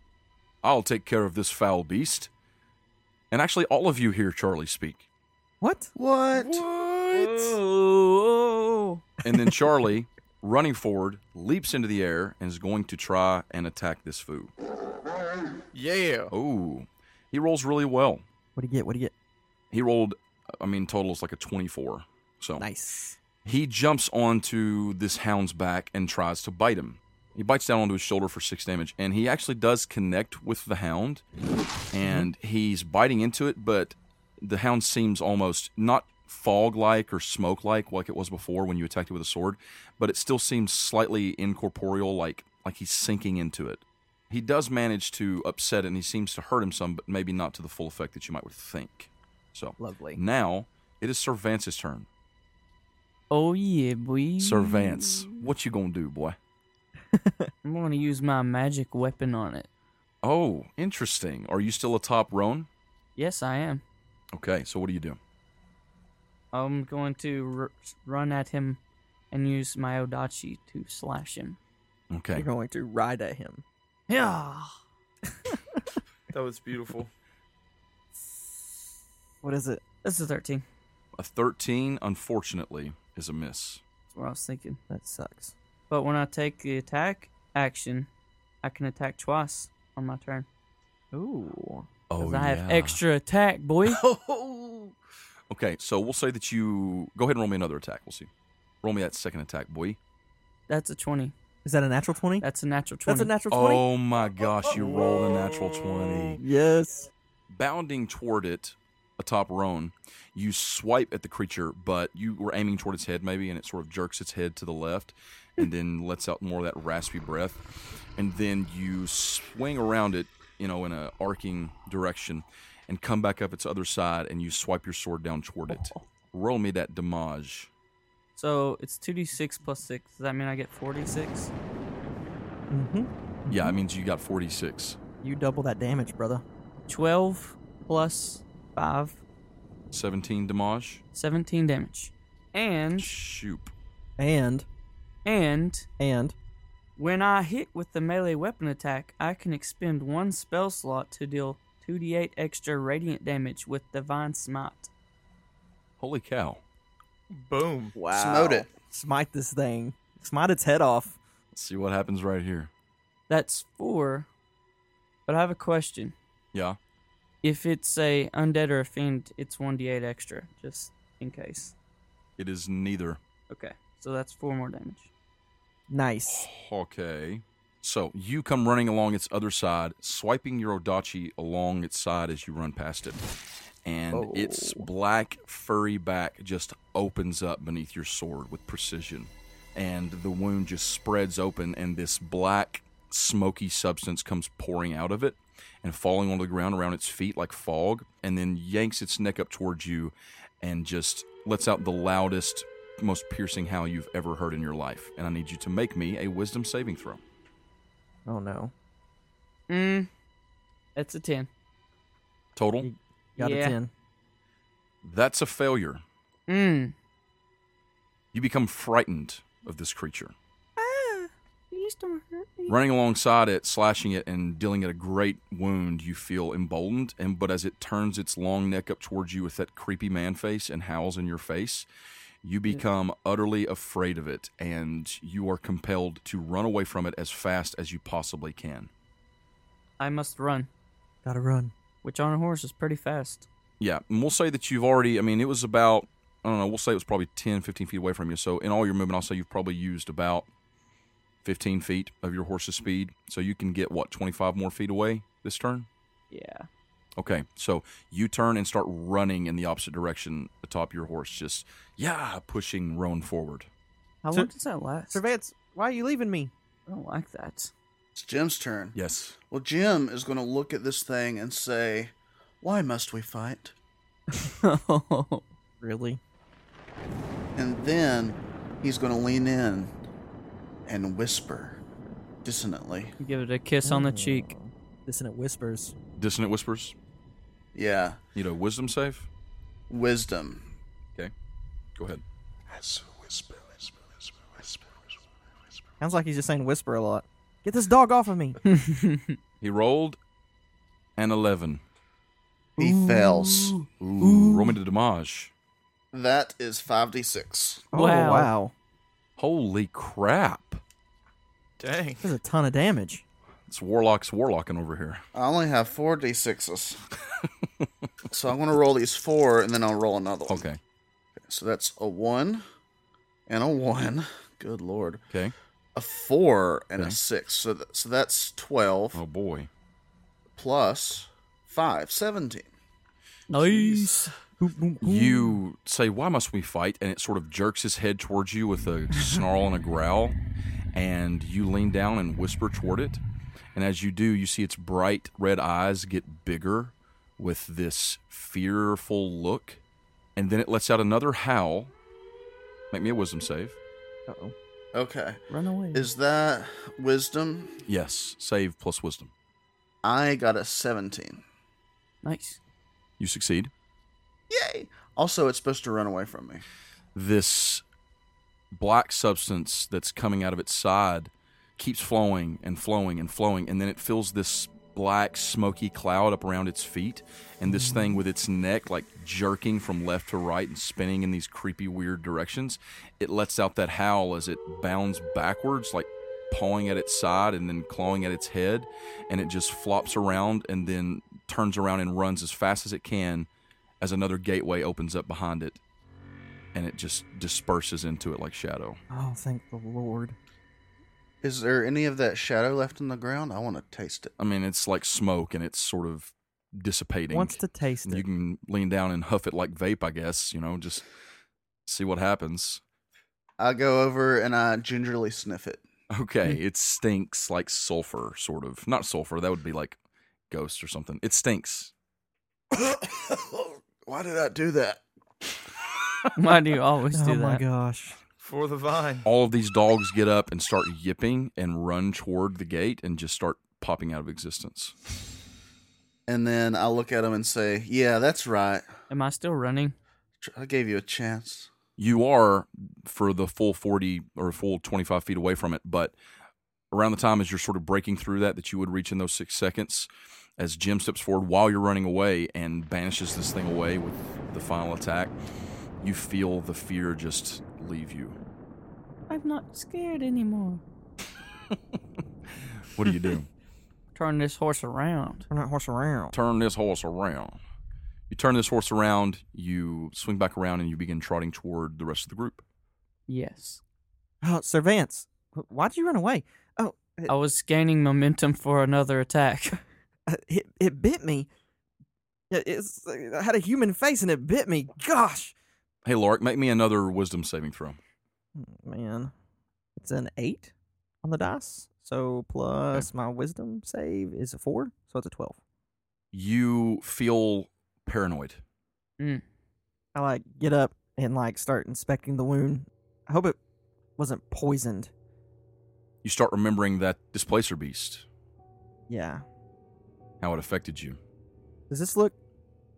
I'll take care of this foul beast. And actually, all of you hear Charlie speak. What? What? Oh. And then Charlie, running forward, leaps into the air and is going to try and attack this foo. Yeah. Oh, he rolls really well. What do you get? What do you get? He rolled, I mean, total is like a 24. So Nice. he jumps onto this hound's back and tries to bite him. He bites down onto his shoulder for six damage, and he actually does connect with the hound, and he's biting into it, but the hound seems almost not fog like or smoke like like it was before when you attacked it with a sword, but it still seems slightly incorporeal, like like he's sinking into it. He does manage to upset it and he seems to hurt him some, but maybe not to the full effect that you might would think. So Lovely. now it is Sir Vance's turn. Oh, yeah, boy. Sir Vance, what you gonna do, boy? I'm going to use my magic weapon on it. Oh, interesting. Are you still atop Roan? Yes, I am. Okay, so what do you do? I'm going to r- run at him and use my Odachi to slash him. Okay. You're going to ride at him. Yeah. That was beautiful. What is it? That's a 13. A 13, unfortunately, is a miss. That's what I was thinking. That sucks. But when I take the attack action, I can attack twice on my turn. Ooh. Oh, Because I have extra attack, boy. Oh. Okay, so we'll say that you go ahead and roll me another attack. We'll see. Roll me that second attack, boy. That's a 20. Is that a natural 20? That's a natural 20. That's a natural 20? Oh my gosh, you rolled a natural 20. Yes. Bounding toward it atop Roan, you swipe at the creature, but you were aiming toward its head maybe, and it sort of jerks its head to the left and then lets out more of that raspy breath. And then you swing around it, you know, in a arcing direction and come back up its other side and you swipe your sword down toward it. Roll me that damage. so it's 2d6 plus 6. Does that mean I get 46? Mm-hmm. Yeah, it means you got 46. You double that damage, brother. 12 plus 5 17 damage. 17 damage. And Shoop. And and and when I hit with the melee weapon attack, I can expend one spell slot to deal 2d8 extra radiant damage with divine smite. Holy cow. Boom. Wow. Smote it. smite this thing. Smite its head off. Let's see what happens right here. That's 4. But I have a question. Yeah. If it's a undead or a fiend, it's 1d8 extra just in case. It is neither. Okay. So that's 4 more damage. Nice. Okay. So you come running along its other side, swiping your Odachi along its side as you run past it. And its black, furry back just opens up beneath your sword with precision. And the wound just spreads open, and this black, smoky substance comes pouring out of it and falling onto the ground around its feet like fog, and then yanks its neck up towards you and just lets out the loudest, most piercing howl you've ever heard in your life. And I need you to make me a wisdom saving throw. Oh no. Mm. That's a 10. Total? Got Yeah. a ten. That's a failure. Mm. You become frightened of this creature. Please Ah, don't hurt me. Running alongside it, slashing it, and dealing it a great wound, you feel emboldened. And but as it turns its long neck up towards you with that creepy man face and howls in your face, you become utterly afraid of it, and you are compelled to run away from it as fast as you possibly can. I must run, Gotta run. which on a horse is pretty fast. Yeah, and we'll say that you've already. I mean, it was about. I don't know. We'll say it was probably 10, 15 feet away from you. So in all your movement, I'll say you've probably used about 15 feet of your horse's speed. So you can get what 25 more feet away this turn. Yeah. Okay, so you turn and start running in the opposite direction atop your horse, just yeah, pushing Roan forward. How So- long does that last? Surveillance, why are you leaving me? I don't like that. It's Jim's turn. Yes. Well, Jim is going to look at this thing and say, "Why must we fight?" Really? And then he's going to lean in and whisper dissonantly. Give it a kiss on the cheek. Oh. Dissonant whispers. Dissonant whispers. Yeah, Need a wisdom save? wisdom. Okay. Go ahead. Sounds like he's just saying whisper a lot. Get this dog off of me. He rolled an eleven. He fails. Ooh. Roll me the damage. That is five d six. Oh, Wow. wow. Holy crap. Dang. There's a ton of damage. It's warlocks warlocking over here. I only have four d sixes, so I'm going to roll these four, and then I'll roll another one. Okay. So that's a one and a one. Good lord. Okay. A four and a Okay. six. So th- so that's twelve Oh boy. plus five, 17. Nice. You say, Why must we fight? And it sort of jerks his head towards you with a snarl and a growl. And you lean down and whisper toward it. And as you do, you see its bright red eyes get bigger with this fearful look. And then it lets out another howl. Make me a wisdom save. Uh oh. Okay. Run away. Is that wisdom? Yes, save plus wisdom. I got a 17. nice. You succeed. Yay! Also, it's supposed to run away from me. this black substance that's coming out of its side keeps flowing and flowing and flowing and then it fills this black smoky cloud up around its feet and this thing with its neck like jerking from left to right and spinning in these creepy weird directions it lets out that howl as it bounds backwards like pawing at its side and then clawing at its head and it just flops around and then turns around and runs as fast as it can as another gateway opens up behind it and it just disperses into it like shadow. Oh, thank the Lord. Is there any of that shadow left in the ground? I want to taste it. I mean, it's like smoke and it's sort of dissipating. Wants to taste And it. you can lean down and huff it like vape, I guess, you know, just see what happens. I go over and I gingerly sniff it. Okay, it stinks like sulfur, sort of. Not sulfur, that would be like ghost or something. It stinks. Why did I do that? Why do you always oh do my that? gosh. For the vine. All of these dogs get up and start yipping and run toward the gate and just start popping out of existence. and then I'll look at him and say, "Yeah, that's right. Am I still running? Tr- I gave you a chance." you are for the full 40 or full 25 feet away from it but around the time as you're sort of breaking through that that you would reach in those six seconds as jim steps forward while you're running away and banishes this thing away with the final attack you feel the fear just leave you I'm not scared anymore. what do you do Turn this horse around. Turn that horse around. turn this horse around you turn this horse around you swing back around and you begin trotting toward the rest of the group Yes. Oh, Sir Vance, wh- why'd you run away? Oh, it, I was gaining momentum for another attack. uh, it, it bit me. It, it's, I had a human face and it bit me. Gosh, hey lark make me another wisdom saving throw Mm, man, it's an eight on the dice. So plus my wisdom save is a four, so it's a twelve. you feel paranoid I like get up and like start inspecting the wound. I hope it wasn't poisoned. you start remembering that displacer beast, Yeah. how it affected you. Does this look,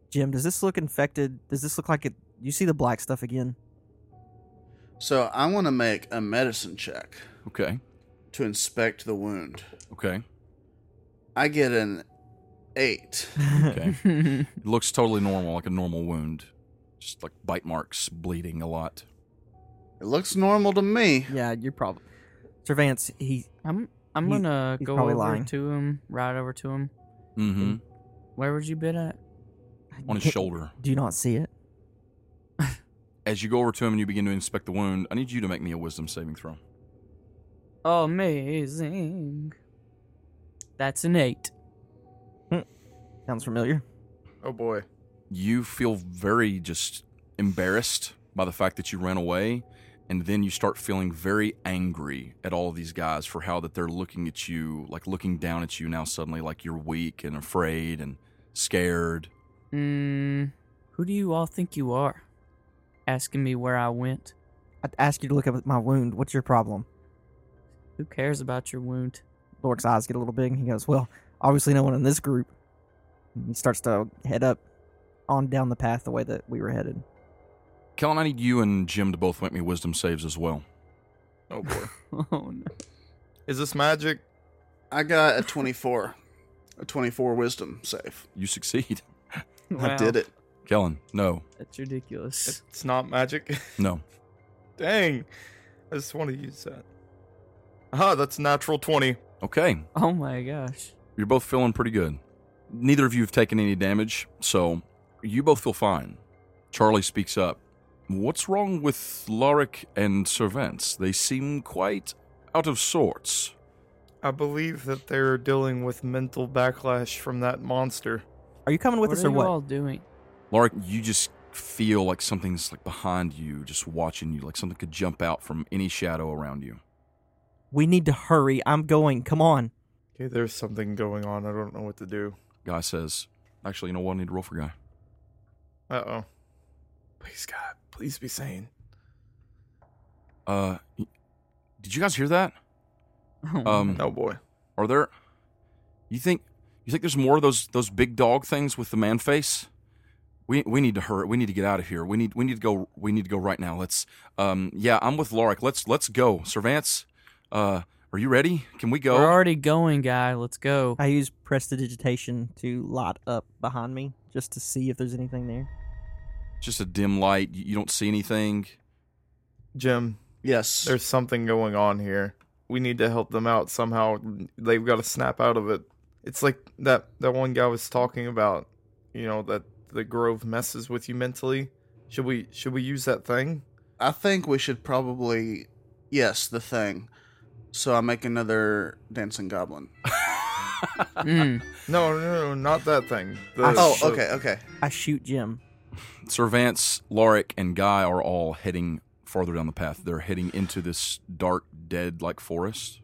Jim? Does this look infected? Does this look like it? You see the black stuff again? So I want to make a medicine check Okay. to inspect the wound. Okay. I get an eight. Okay. it looks totally normal, like a normal wound. Just like bite marks, bleeding a lot. It looks normal to me. yeah, you're probably. Surveillance. He I'm I'm He's- gonna he's go probably over lying. to him, right over to him. Mm-hmm. Where would you bit at? On his shoulder. Do you not see it? As you go over to him and you begin to inspect the wound, I need you to make me a wisdom saving throw. Amazing. That's an eight. Sounds familiar. Oh boy. You feel very just embarrassed by the fact that you ran away, and then you start feeling very angry at all of these guys for how that they're looking at you, like looking down at you now suddenly, like you're weak and afraid and scared. Mm, who do you all think you are? Asking me where I went. I'd ask you to look up at my wound. What's your problem? Who cares about your wound? Lork's eyes get a little big. and He goes, "Well, obviously no one in this group." And he starts to head up on down the path the way that we were headed. Kellen, I need you and Jim to both make me wisdom saves as well. Oh boy. Oh no. Is this magic? I got a 24. a 24 wisdom save. You succeed. Wow, I did it. Kellen, no, That's ridiculous. It's not magic. no. Dang. I just want to use that. Ah, that's natural 20. Okay, Oh my gosh. you're both feeling pretty good. Neither of you have taken any damage, so you both feel fine. Charlie speaks up. What's wrong with Lorik and Servants? They seem quite out of sorts. I believe that they're dealing with mental backlash from that monster. Are you coming with what us are or you what? all doing? Lorik, you just feel like something's like behind you, just watching you, like something could jump out from any shadow around you. We need to hurry. I'm going. Come on. Okay, there's something going on. I don't know what to do. Guy says, Actually, you know what? I need to roll for Guy. Uh oh. Please, God, please be sane. Uh, y- did you guys hear that? Oh, Um, Oh boy. Are there? You think you think there's more of those those big dog things with the man face? We we need to hurry. We need to get out of here. We need we need to go. We need to go right now. Let's. Um. Yeah, I'm with Lorik. Let's let's go. Servants, uh, are you ready? Can we We're go? already going, guy. Let's go. I use prestidigitation to light up behind me just to see if there's anything there. Just a dim light. You you don't see anything. Jim, Yes. there's something going on here. We need to help them out somehow. They've got to snap out of it. It's like that that one guy was talking about, you know, that the grove messes with you mentally. Should we should we use that thing? I think we should probably. Yes, the thing. So I make another dancing goblin. Mm. No, no, no, no, not that thing. I- Oh, the- okay, okay. I shoot Jim. Servants, Lorik, and Guy are all heading farther down the path. They're heading into this dark, dead like forest.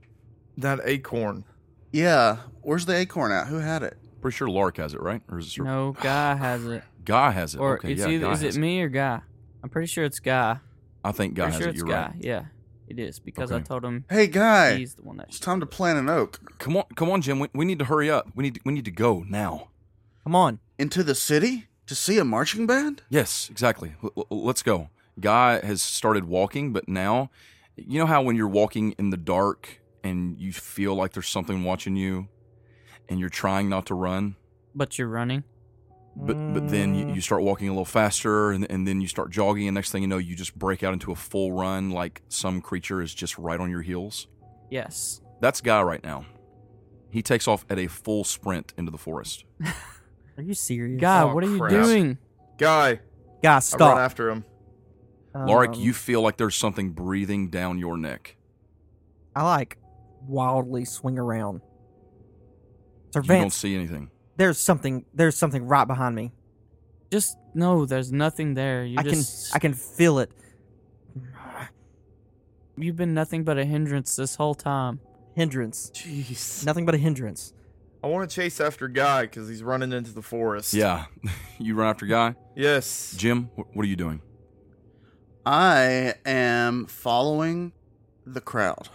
That acorn. Yeah. Where's the acorn at? Who had it? Pretty sure Lorik has it, right? Or is it Ser- No, guy has it. Guy has it? Or okay, it's yeah, either Guy is has it me or guy? I'm pretty sure it's guy. I think Guy pretty has sure it. it's You're guy. right. Yeah, it is because I Okay. told him Hey, guy. he's the one that. It's time to plant an oak. Come on, come on, Jim. We, we need to hurry up. We need to, we need to go now. Come on. into the city to see a marching band? Yes, exactly. L- l- let's go. Guy has started walking, but now, you know how when you're walking in the dark and you feel like there's something watching you, and you're trying not to run, But you're running. but but then you, you start walking a little faster, and, and then you start jogging, and next thing you know, you just break out into a full run, like some creature is just right on your heels. Yes. That's Guy right now. He takes off at a full sprint into the forest. Are you serious? God, Oh, what are crap. you doing? Guy, God, I run stop. after him. Lark, Um, you feel like there's something breathing down your neck. I like wildly swing around. Sir You don't Vance, see anything. there's something. There's something right behind me. Just no. There's nothing there. You I can. just I can feel it. you've been nothing but a hindrance this whole time. Hindrance. Jeez. Nothing but a hindrance. I want to chase after Guy because he's running into the forest. Yeah, you run after Guy. Yes. Jim, wh- what are you doing? I am following the crowd,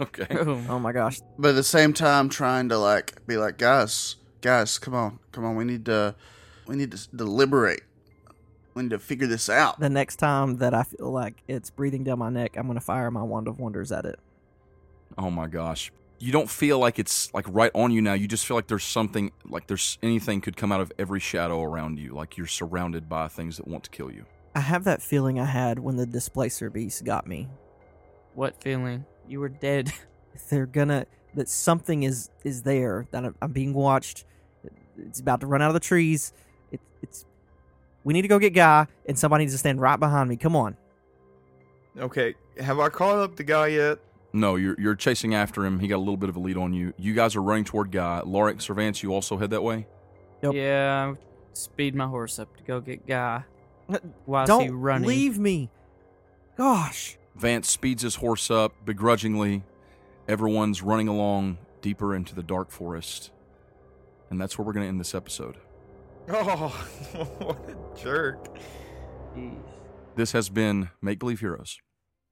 Okay. Oh, Oh my gosh. but at the same time trying to like be like, guys, guys, come on, come on, we need to, we need to, to liberate, we need to figure this out. The next time that I feel like it's breathing down my neck, I'm gonna fire my wand of wonders at it. Oh my gosh. You don't feel like it's like right on you now. You just feel like there's something, like there's anything could come out of every shadow around you. Like you're surrounded by things that want to kill you. I have that feeling I had when the displacer beast got me. what feeling? You were dead. They're gonna that something is is there that I'm, I'm being watched. It's about to run out of the trees. It, it's we need to go get guy, and somebody needs to stand right behind me. Come on. Okay. Have I caught up to Guy yet? No, you're you're chasing after him. He got a little bit of a lead on you. You guys are running toward Guy. Lorik, Servance, you also head that way. Yep. Yeah. I Speed my horse up to go get guy. Uh, While he Don't running. leave me. Gosh. Vance speeds his horse up begrudgingly. Everyone's running along deeper into the dark forest. And that's where we're going to end this episode. Oh, what a jerk. This has been Make Believe Heroes.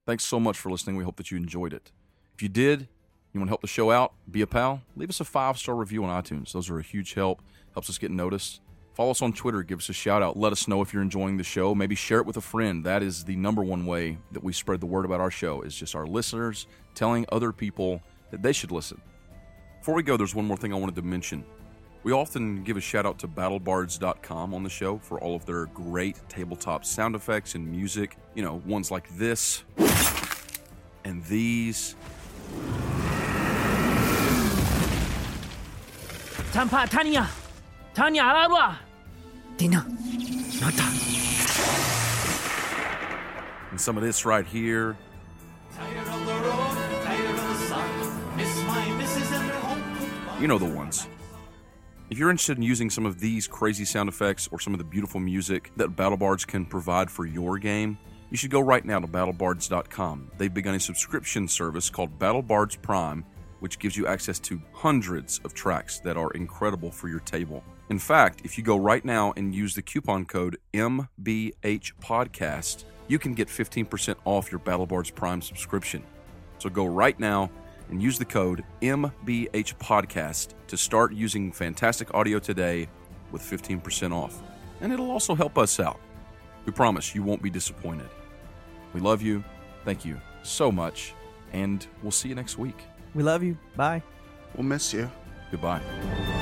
Thanks so much for listening. We hope that you enjoyed it. If you did, you want to help the show out, be a pal, leave us a five star review on iTunes. Those are a huge help, helps us get noticed. Follow us on Twitter, give us a shout out, let us know if you're enjoying the show. Maybe share it with a friend. That is the number one way that we spread the word about our show, is just our listeners telling other people that they should listen. Before we go, there's one more thing I wanted to mention. We often give a shout out to battlebards.com on the show for all of their great tabletop sound effects and music. You know, ones like this and these. Tampa Tanya! Tanya Ararwa! Dina! Mata! and some of this right here. You know the ones. If you're interested in using some of these crazy sound effects or some of the beautiful music that BattleBards can provide for your game, you should go right now to battlebards.com. They've begun a subscription service called BattleBards Prime, which gives you access to hundreds of tracks that are incredible for your table. In fact, if you go right now and use the coupon code MBHPodcast, you can get 15% off your BattleBards Prime subscription. So go right now and use the code MBHPodcast to start using fantastic audio today with 15% off. And it'll also help us out. We promise you won't be disappointed. We love you. Thank you so much. And we'll see you next week. We love you. Bye. We'll miss you. Goodbye.